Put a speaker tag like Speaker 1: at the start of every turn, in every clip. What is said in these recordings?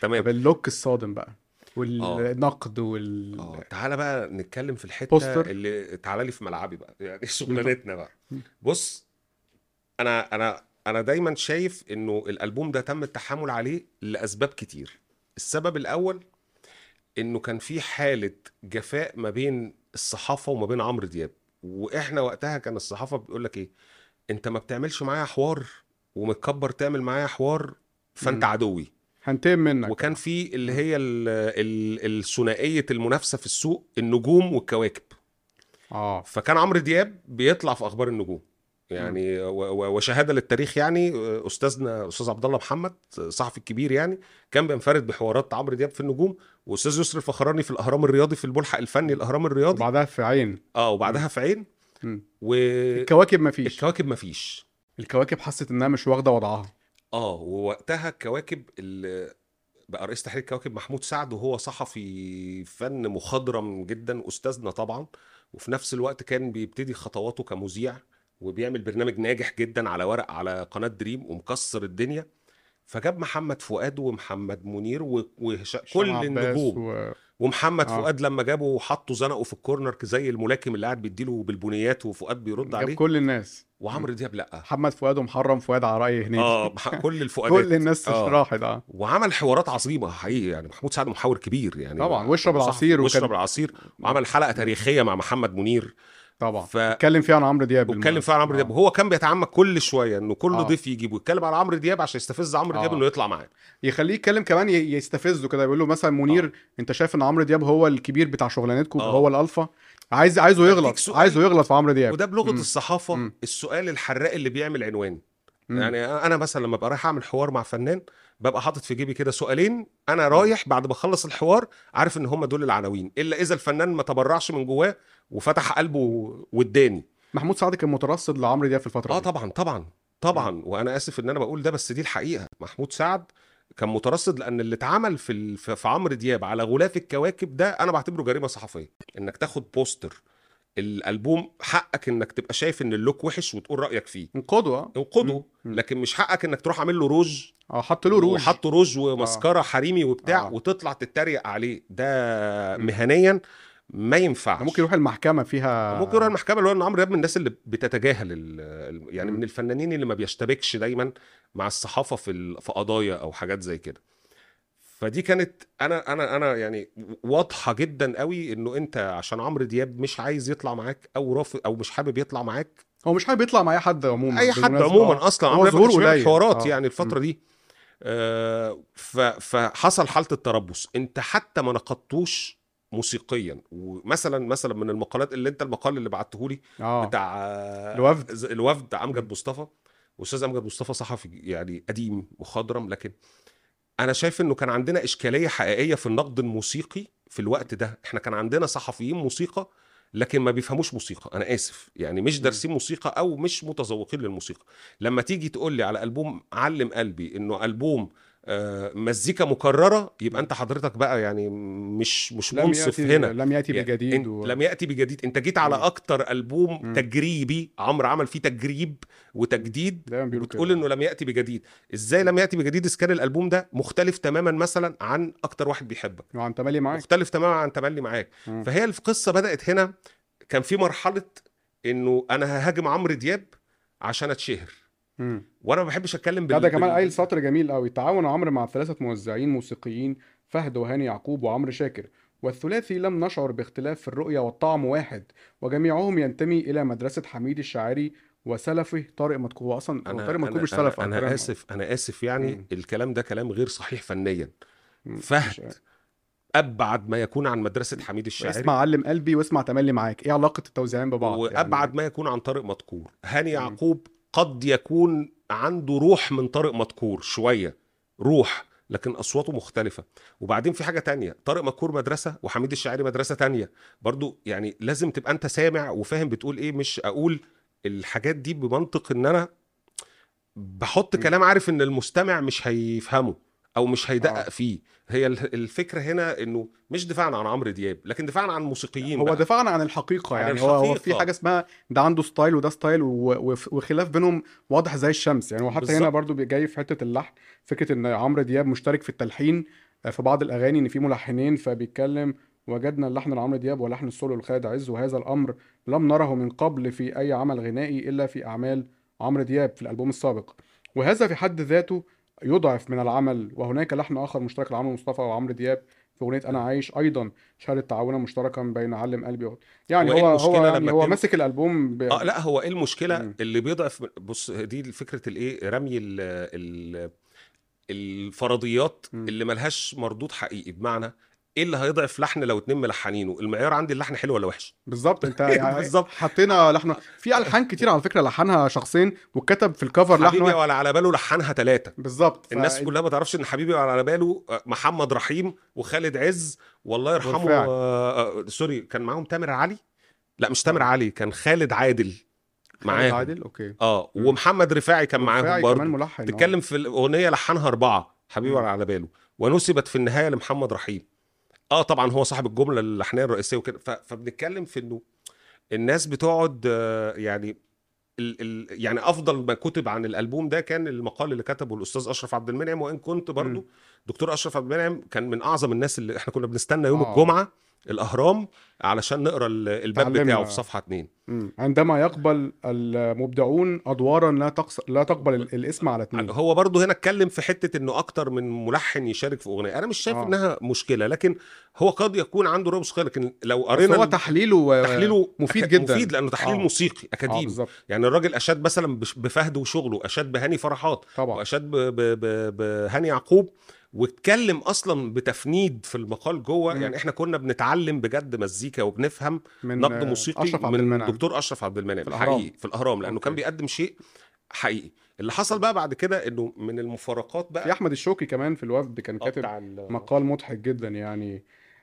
Speaker 1: تمام
Speaker 2: طب اللوك الصادم بقى
Speaker 1: آه.
Speaker 2: والنقد وال
Speaker 1: اه تعالى بقى نتكلم في الحته
Speaker 2: آه. بوستر.
Speaker 1: اللي تعالى لي في ملعبي بقى يعني شغلانتنا بقى بص انا انا انا دايما شايف انه الالبوم ده تم التحامل عليه لاسباب كتير السبب الاول انه كان في حاله جفاء ما بين الصحافه وما بين عمرو دياب واحنا وقتها كان الصحافه بيقول لك ايه انت ما بتعملش معايا حوار ومتكبر تعمل معايا حوار فانت
Speaker 2: مم.
Speaker 1: عدوي
Speaker 2: هنتقم منك
Speaker 1: وكان في اللي هي ال- ال- الثنائيه المنافسه في السوق النجوم والكواكب
Speaker 2: اه
Speaker 1: فكان عمرو دياب بيطلع في اخبار النجوم يعني و- و- وشهاده للتاريخ يعني استاذنا استاذ عبد الله محمد صحفي الكبير يعني كان بينفرد بحوارات عمرو دياب في النجوم واستاذ يسري الفخراني في الاهرام الرياضي في الملحق الفني الاهرام الرياضي
Speaker 2: وبعدها في عين
Speaker 1: اه وبعدها في عين
Speaker 2: مم.
Speaker 1: والكواكب
Speaker 2: الكواكب مفيش
Speaker 1: مفيش
Speaker 2: الكواكب حست انها مش واخده وضعها
Speaker 1: اه ووقتها الكواكب اللي بقى رئيس تحرير الكواكب محمود سعد وهو صحفي فن مخضرم جدا استاذنا طبعا وفي نفس الوقت كان بيبتدي خطواته كمذيع وبيعمل برنامج ناجح جدا على ورق على قناه دريم ومكسر الدنيا فجاب محمد فؤاد ومحمد منير و- وهشام كل
Speaker 2: هشام عباس
Speaker 1: النجوم
Speaker 2: و...
Speaker 1: ومحمد
Speaker 2: آه.
Speaker 1: فؤاد لما جابه وحطه زنقه في الكورنر زي الملاكم اللي قاعد بيديله بالبنيات وفؤاد بيرد
Speaker 2: جاب
Speaker 1: عليه
Speaker 2: كل الناس
Speaker 1: وعمرو دياب لا
Speaker 2: محمد فؤاد ومحرم فؤاد على راي هنيدي
Speaker 1: اه مح- كل الفؤادات
Speaker 2: كل الناس
Speaker 1: آه.
Speaker 2: راحت اه
Speaker 1: وعمل حوارات عظيمه حقيقي يعني محمود سعد محاور كبير يعني
Speaker 2: طبعا، واشرب
Speaker 1: صح،
Speaker 2: العصير
Speaker 1: واشرب
Speaker 2: وكان-
Speaker 1: العصير وعمل حلقه تاريخيه مع محمد منير
Speaker 2: طبعا
Speaker 1: ف
Speaker 2: اتكلم فيها عن عمرو دياب
Speaker 1: واتكلم فيها عن عمرو دياب
Speaker 2: آه.
Speaker 1: هو كان بيتعمد كل شويه انه كل
Speaker 2: آه.
Speaker 1: ضيف يجيبه يتكلم على عمرو دياب عشان يستفز عمرو دياب
Speaker 2: آه.
Speaker 1: انه يطلع معاه
Speaker 2: يخليه يتكلم كمان ي- يستفزه كده يقول له مثلا منير انت شايف ان عمرو دياب هو الكبير بتاع شغلانتكم
Speaker 1: آه.
Speaker 2: هو الالفا عايز عايزه
Speaker 1: أديك
Speaker 2: يغلط
Speaker 1: سؤال.
Speaker 2: عايزه يغلط في عمرو دياب
Speaker 1: وده بلغه
Speaker 2: طيب. مم.
Speaker 1: الصحافه
Speaker 2: مم.
Speaker 1: السؤال الحراق اللي بيعمل عنوان
Speaker 2: مم.
Speaker 1: يعني انا مثلا لما ببقى رايح اعمل حوار مع فنان ببقى حاطط في جيبي كده سؤالين انا رايح بعد ما اخلص الحوار عارف ان هم دول العناوين الا اذا الفنان ما تبرعش من جواه وفتح قلبه واداني
Speaker 2: محمود سعد كان مترصد لعمرو دياب في الفتره
Speaker 1: اه
Speaker 2: دي
Speaker 1: طبعا طبعا طبعا وانا اسف ان انا بقول ده بس دي الحقيقه محمود سعد كان مترصد لان اللي اتعمل في ال- في في عمرو دياب على غلاف الكواكب ده انا بعتبره جريمه صحفيه انك تاخد بوستر الالبوم حقك انك تبقى شايف ان اللوك وحش وتقول رايك فيه
Speaker 2: من قدوه
Speaker 1: انقده
Speaker 2: مم.
Speaker 1: لكن مش حقك انك تروح عامل له روج
Speaker 2: اه حط له روج
Speaker 1: وحط روج ومسكره حريمي وبتاع
Speaker 2: آه.
Speaker 1: وتطلع تتريق عليه ده
Speaker 2: مم.
Speaker 1: مهنيا ما ينفعش
Speaker 2: ده يعني ممكن يروح المحكمه فيها
Speaker 1: ممكن يروح المحكمه اللي هو ان عمرو دياب من الناس اللي بتتجاهل ال- ال- يعني
Speaker 2: مم.
Speaker 1: من الفنانين اللي ما بيشتبكش دايما مع الصحافه في ال- في قضايا او حاجات زي كده فدي كانت انا انا انا يعني واضحه جدا قوي انه انت عشان عمرو دياب مش عايز يطلع معاك او رافض او مش حابب يطلع معاك
Speaker 2: هو مش حابب يطلع مع اي حد عموما
Speaker 1: اي حد
Speaker 2: بالمناسبة.
Speaker 1: عموما
Speaker 2: آه.
Speaker 1: اصلا
Speaker 2: هو
Speaker 1: عمرو دياب
Speaker 2: ظهوره
Speaker 1: مش بيعمل
Speaker 2: قليل.
Speaker 1: حوارات
Speaker 2: آه.
Speaker 1: يعني الفتره دي آه، ف- فحصل حاله التربص انت حتى ما نقدتوش موسيقيا ومثلا مثلا من المقالات اللي انت المقال اللي بعته لي
Speaker 2: اه
Speaker 1: بتاع
Speaker 2: الوفد.
Speaker 1: ز- الوفد امجد مصطفى واستاذ امجد مصطفى صحفي يعني قديم مخضرم لكن انا شايف انه كان عندنا اشكاليه حقيقيه في النقد الموسيقي في الوقت ده احنا كان عندنا صحفيين موسيقى لكن ما بيفهموش موسيقى انا اسف يعني مش دارسين موسيقى او مش متذوقين للموسيقى لما تيجي تقول لي على البوم علم قلبي انه البوم آه، مزيكا مكرره يبقى انت حضرتك بقى يعني مش مش
Speaker 2: لم
Speaker 1: منصف
Speaker 2: ياتي
Speaker 1: هنا
Speaker 2: لم ياتي
Speaker 1: يعني
Speaker 2: بجديد
Speaker 1: إن-
Speaker 2: و...
Speaker 1: لم ياتي بجديد انت جيت على
Speaker 2: مم.
Speaker 1: اكتر البوم
Speaker 2: مم.
Speaker 1: تجريبي عمرو عمل فيه تجريب وتجديد
Speaker 2: دايما بيقولوا
Speaker 1: بتقول
Speaker 2: كده
Speaker 1: انه لم ياتي بجديد ازاي لم ياتي بجديد اذا كان الالبوم ده مختلف تماما مثلا عن اكتر واحد بيحبك
Speaker 2: وعن تملي معاك
Speaker 1: مختلف تماما عن تملي معاك
Speaker 2: مم.
Speaker 1: فهي القصه بدات هنا كان في مرحله انه انا ههاجم عمرو دياب عشان اتشهر
Speaker 2: مم.
Speaker 1: وانا ما بحبش اتكلم
Speaker 2: لا
Speaker 1: بال
Speaker 2: ده كمان
Speaker 1: بال-
Speaker 2: قايل سطر جميل قوي تعاون عمرو مع ثلاثة موزعين موسيقيين فهد وهاني يعقوب وعمرو شاكر والثلاثي لم نشعر باختلاف في الرؤية والطعم واحد وجميعهم ينتمي إلى مدرسة حميد الشاعري وسلفه طارق مدكوب هو أصلا هو
Speaker 1: انا
Speaker 2: طارق مدكوب مش
Speaker 1: أنا-
Speaker 2: سلف على
Speaker 1: انا,
Speaker 2: فكرة.
Speaker 1: أنا اسف انا اسف يعني
Speaker 2: مم.
Speaker 1: الكلام ده كلام غير صحيح فنيا
Speaker 2: مم. مش-
Speaker 1: فهد ابعد ما يكون عن مدرسه حميد الشاعري
Speaker 2: اسمع علم قلبي واسمع تملي معاك إيه علاقة التوزيعين ببعض يعني.
Speaker 1: وابعد ما يكون عن طارق مدكور هاني
Speaker 2: مم.
Speaker 1: يعقوب قد يكون عنده روح من طارق مدكور شويه روح لكن اصواته مختلفه وبعدين في حاجه تانية طارق مدكور مدرسه وحميد الشاعري مدرسه تانية برضو يعني لازم تبقى انت سامع وفاهم بتقول ايه مش اقول الحاجات دي بمنطق ان انا بحط
Speaker 2: مم.
Speaker 1: كلام عارف ان المستمع مش هيفهمه او مش هيدقق
Speaker 2: آه.
Speaker 1: فيه هي ال- الفكره هنا انه مش دفاعا عن عمرو دياب لكن دفاعا عن الموسيقيين
Speaker 2: هو
Speaker 1: بقى.
Speaker 2: دفاعنا عن الحقيقة
Speaker 1: عن
Speaker 2: يعني هو هو في
Speaker 1: الحقيقة.
Speaker 2: حاجة اسمها ده عنده ستايل وده ستايل و- وف- وخلاف بينهم واضح زي الشمس يعني وحتى هنا
Speaker 1: بالظبط.
Speaker 2: برضو بي- جاي في حتة اللحن فكرة ان عمرو دياب مشترك في التلحين آه، في بعض الاغاني ان في ملحنين فبيتكلم وجدنا اللحن لعمرو دياب ولحن السولو لخالد عز وهذا الامر لم نره من قبل في اي عمل غنائي الا في اعمال عمرو دياب في الالبوم السابق وهذا في حد ذاته يضعف من العمل وهناك لحن اخر مشترك لعمرو مصطفى وعمرو دياب في اغنيه انا عايش ايضا شهاده تعاونا مشتركا بين علم قلبي وقلبي. يعني
Speaker 1: وإيه
Speaker 2: هو هو
Speaker 1: المشكلة
Speaker 2: يعني
Speaker 1: لما
Speaker 2: هو
Speaker 1: اتنين-
Speaker 2: ماسك الالبوم ب...
Speaker 1: اه لا هو ايه المشكله
Speaker 2: مم.
Speaker 1: اللي بيضعف بص دي فكره الايه رمي ال ال الفرضيات
Speaker 2: مم.
Speaker 1: اللي ملهاش مردود حقيقي بمعنى ايه اللي هيضعف لحن لو اتنين ملحنينه المعيار عندي اللحن حلو ولا وحش
Speaker 2: بالظبط انت يعني
Speaker 1: بالظبط.
Speaker 2: حطينا لحن في الحان كتير على فكره لحنها شخصين واتكتب في الكفر لحن
Speaker 1: حبيبي
Speaker 2: واحد.
Speaker 1: ولا على باله لحنها ثلاثه
Speaker 2: بالظبط ف-
Speaker 1: الناس كلها ما تعرفش ان حبيبي ولا على باله آه، محمد رحيم وخالد عز والله يرحمه
Speaker 2: بالفعل.
Speaker 1: آه، آه، سوري كان معاهم تامر علي لا مش تامر علي كان خالد عادل
Speaker 2: آه. خالد
Speaker 1: معاهم
Speaker 2: عادل اوكي
Speaker 1: اه
Speaker 2: مم.
Speaker 1: ومحمد رفاعي كان معاهم
Speaker 2: رفاعي
Speaker 1: برضه
Speaker 2: كمان ملحن آه.
Speaker 1: تتكلم في الاغنيه لحنها اربعه حبيبي
Speaker 2: مم.
Speaker 1: ولا على باله ونسبت في النهايه لمحمد رحيم اه طبعا هو صاحب الجمله اللحنيه الرئيسيه وكده ف- فبنتكلم في انه الناس بتقعد آه، يعني ال ال يعني افضل ما كتب عن الالبوم ده كان المقال اللي كتبه الاستاذ اشرف عبد المنعم وان كنت برضو
Speaker 2: مم.
Speaker 1: دكتور اشرف عبد المنعم كان من اعظم الناس اللي احنا كنا بنستنى يوم
Speaker 2: آه.
Speaker 1: الجمعه الاهرام علشان نقرا ال- الباب
Speaker 2: اتعلمنا.
Speaker 1: بتاعه في صفحه اتنين
Speaker 2: آه. مم. عندما يقبل المبدعون ادوارا لا تقص... لا تقبل ال- الاسم على اتنين
Speaker 1: هو برضه هنا اتكلم في حته انه اكتر من ملحن يشارك في اغنيه انا مش شايف
Speaker 2: آه.
Speaker 1: آه. انها مشكله لكن هو قد يكون عنده رؤوس خير لكن لو
Speaker 2: بس
Speaker 1: قرينا
Speaker 2: هو تحليله
Speaker 1: تحليله
Speaker 2: مفيد
Speaker 1: أك-
Speaker 2: جدا.
Speaker 1: مفيد لانه تحليل
Speaker 2: آه.
Speaker 1: آه. موسيقي
Speaker 2: آه
Speaker 1: اكاديمي آه
Speaker 2: بالظبط
Speaker 1: يعني الراجل اشاد مثلا بش- بفهد وشغله اشاد بهاني فرحات
Speaker 2: طبعا
Speaker 1: واشاد ب- ب- ب- بهاني يعقوب واتكلم اصلا بتفنيد في المقال جوه
Speaker 2: مم.
Speaker 1: يعني احنا كنا بنتعلم بجد مزيكا وبنفهم
Speaker 2: من
Speaker 1: نقد
Speaker 2: آه،
Speaker 1: موسيقي
Speaker 2: اشرف عبد
Speaker 1: من
Speaker 2: المنعم
Speaker 1: دكتور اشرف عبد المنعم
Speaker 2: في الأهرام.
Speaker 1: الحقيقي في الاهرام لانه
Speaker 2: أوكي.
Speaker 1: كان بيقدم شيء حقيقي اللي حصل بقى بعد كده انه من المفارقات
Speaker 2: في
Speaker 1: بقى
Speaker 2: احمد الشوقي كمان في الوفد كان
Speaker 1: آه،
Speaker 2: كاتب
Speaker 1: بتاع ال-
Speaker 2: مقال مضحك جدا يعني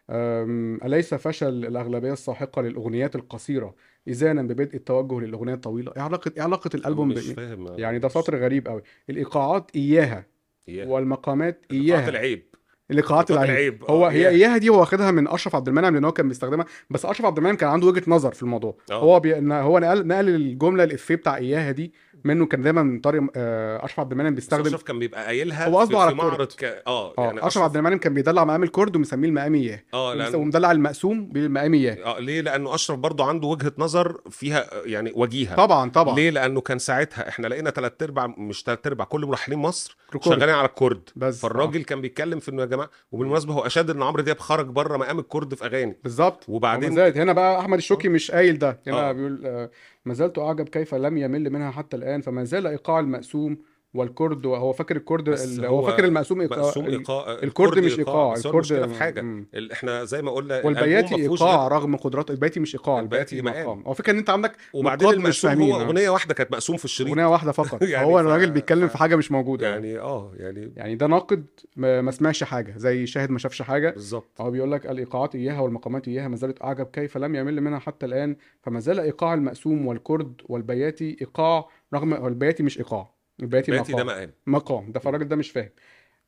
Speaker 2: أم، أليس فشل الأغلبية الساحقة للأغنيات القصيرة إذانا ببدء التوجه للأغنية الطويلة إيه علاقة إيه علاقة الألبوم
Speaker 1: مش
Speaker 2: بإيه؟
Speaker 1: فاهم
Speaker 2: يعني ده سطر غريب قوي الإيقاعات إياها
Speaker 1: إياه.
Speaker 2: والمقامات
Speaker 1: قاعة
Speaker 2: إياها
Speaker 1: العيب
Speaker 2: الإيقاعات
Speaker 1: قاعة
Speaker 2: العيب
Speaker 1: العيب
Speaker 2: هو
Speaker 1: آه،
Speaker 2: هي إياها دي هو واخدها من أشرف عبد المنعم لأن هو كان بيستخدمها بس أشرف عبد المنعم كان عنده وجهة نظر في الموضوع
Speaker 1: آه.
Speaker 2: هو بي... إن هو نقل نقل الجملة الإفيه بتاع إياها دي منه كان دايما من طريق آه، أشرف عبد المنعم
Speaker 1: بس
Speaker 2: بيستخدم
Speaker 1: اشرف كان بيبقى قايلها
Speaker 2: هو قصده
Speaker 1: في-
Speaker 2: على
Speaker 1: في معرض
Speaker 2: الكورت.
Speaker 1: ك... اه
Speaker 2: اه
Speaker 1: يعني
Speaker 2: اشرف عبد المنعم كان بيدلع مقام الكرد ومسميه المقام إياه
Speaker 1: اه لأن...
Speaker 2: ومدلع المقسوم بالمقام إياه
Speaker 1: آه ليه لانه اشرف برضو عنده وجهه نظر فيها آه، يعني وجيهه
Speaker 2: طبعا طبعا
Speaker 1: ليه لانه كان ساعتها احنا لقينا ثلاث ارباع مش ثلاث ارباع كل ملحنين مصر
Speaker 2: ريكورد.
Speaker 1: شغالين على الكرد
Speaker 2: بس
Speaker 1: فالراجل كان بيتكلم في انه يا جماعه وبالمناسبه هو اشاد ان عمرو دياب خرج بره مقام الكرد في اغاني
Speaker 2: آه، بالظبط
Speaker 1: وبعدين
Speaker 2: وما زالت هنا بقى احمد الشوكي مش قايل ده هنا
Speaker 1: آه.
Speaker 2: بيقول آه، ما زلت اعجب كيف لم يمل منها حتى الان فما زال ايقاع المقسوم والكرد هو فاكر الكرد
Speaker 1: بس
Speaker 2: ال- هو
Speaker 1: هو
Speaker 2: فاكر المقسوم ايقاع
Speaker 1: مقسوم
Speaker 2: ال-
Speaker 1: ايقاع
Speaker 2: الكرد مش ايقاع
Speaker 1: بس هو
Speaker 2: الكرد
Speaker 1: المشكله في حاجه
Speaker 2: مم.
Speaker 1: ال- احنا زي ما قلنا الألبوم
Speaker 2: والبياتي
Speaker 1: ما فيهوش
Speaker 2: ايقاع
Speaker 1: غير-
Speaker 2: رغم قدرات البياتي مش ايقاع
Speaker 1: البياتي مقام.
Speaker 2: مقام هو فكره ان انت عندك
Speaker 1: وبعدين
Speaker 2: نقاد مش
Speaker 1: المقسوم
Speaker 2: فاهمين،
Speaker 1: هو
Speaker 2: آه.
Speaker 1: اغنيه واحده كانت مقسوم في الشريط
Speaker 2: اغنيه واحده فقط
Speaker 1: يعني
Speaker 2: هو
Speaker 1: ف-
Speaker 2: الراجل بيتكلم
Speaker 1: ف-
Speaker 2: في حاجه مش موجوده يعني
Speaker 1: يعني اه يعني
Speaker 2: يعني ده ناقد ما ما سمعش حاجه زي شاهد ما شافش حاجه
Speaker 1: بالظبط
Speaker 2: هو بيقول لك الايقاعات اياها والمقامات اياها ما زالت اعجب كيف لم يمل منها حتى الان فما زال ايقاع المقسوم والكرد والبياتي ايقاع رغم هو البياتي مش ايقاع البياتي
Speaker 1: البياتي ده
Speaker 2: مقام
Speaker 1: مقام
Speaker 2: مقام ده فالراجل ده مش فاهم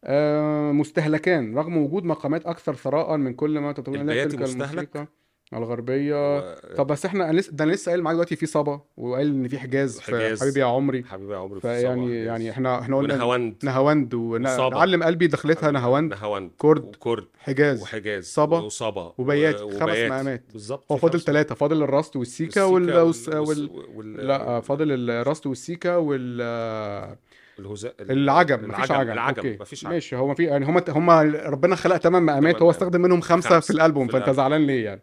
Speaker 2: آه مستهلكان رغم وجود مقامات اكثر ثراء من كل ما تطلب اليه
Speaker 1: البياتي
Speaker 2: تلك
Speaker 1: مستهلك؟
Speaker 2: الموسيقى الغربيه
Speaker 1: و-
Speaker 2: آه، طب بس احنا أنا لسه ده أنا لسه قايل معاك دلوقتي في صبا وقال ان في حجاز في
Speaker 1: حجاز.
Speaker 2: حبيبي يا عمري
Speaker 1: حبيبي يا عمرو في الصبا،
Speaker 2: فيعني
Speaker 1: يس.
Speaker 2: يعني احنا احنا قلنا
Speaker 1: ونهاوند
Speaker 2: نهاوند
Speaker 1: وصبا.
Speaker 2: ونعلم قلبي دخلتها نهاوند
Speaker 1: نهاوند
Speaker 2: كرد
Speaker 1: وكرد
Speaker 2: حجاز
Speaker 1: وحجاز
Speaker 2: صبا
Speaker 1: وصبا
Speaker 2: وبياتي،
Speaker 1: و-
Speaker 2: خمس
Speaker 1: وبياتي.
Speaker 2: مقامات.
Speaker 1: بالظبط
Speaker 2: هو
Speaker 1: في
Speaker 2: فاضل
Speaker 1: خمس-
Speaker 2: ثلاثة فاضل الراست والسيكا وال... والس... وال...
Speaker 1: وال...
Speaker 2: لا آه، فاضل الراست والسيكا وال آه،
Speaker 1: الهزاء
Speaker 2: العجم مفيش عجم
Speaker 1: العجم
Speaker 2: أوكي.
Speaker 1: مفيش عجم
Speaker 2: ماشي هو مفي يعني هم هم ربنا خلق ثمان مقامات
Speaker 1: تمام
Speaker 2: هو
Speaker 1: مقامات.
Speaker 2: استخدم منهم خمسة
Speaker 1: خمسة
Speaker 2: في الألبوم
Speaker 1: في
Speaker 2: فأنت
Speaker 1: الألبوم.
Speaker 2: زعلان ليه يعني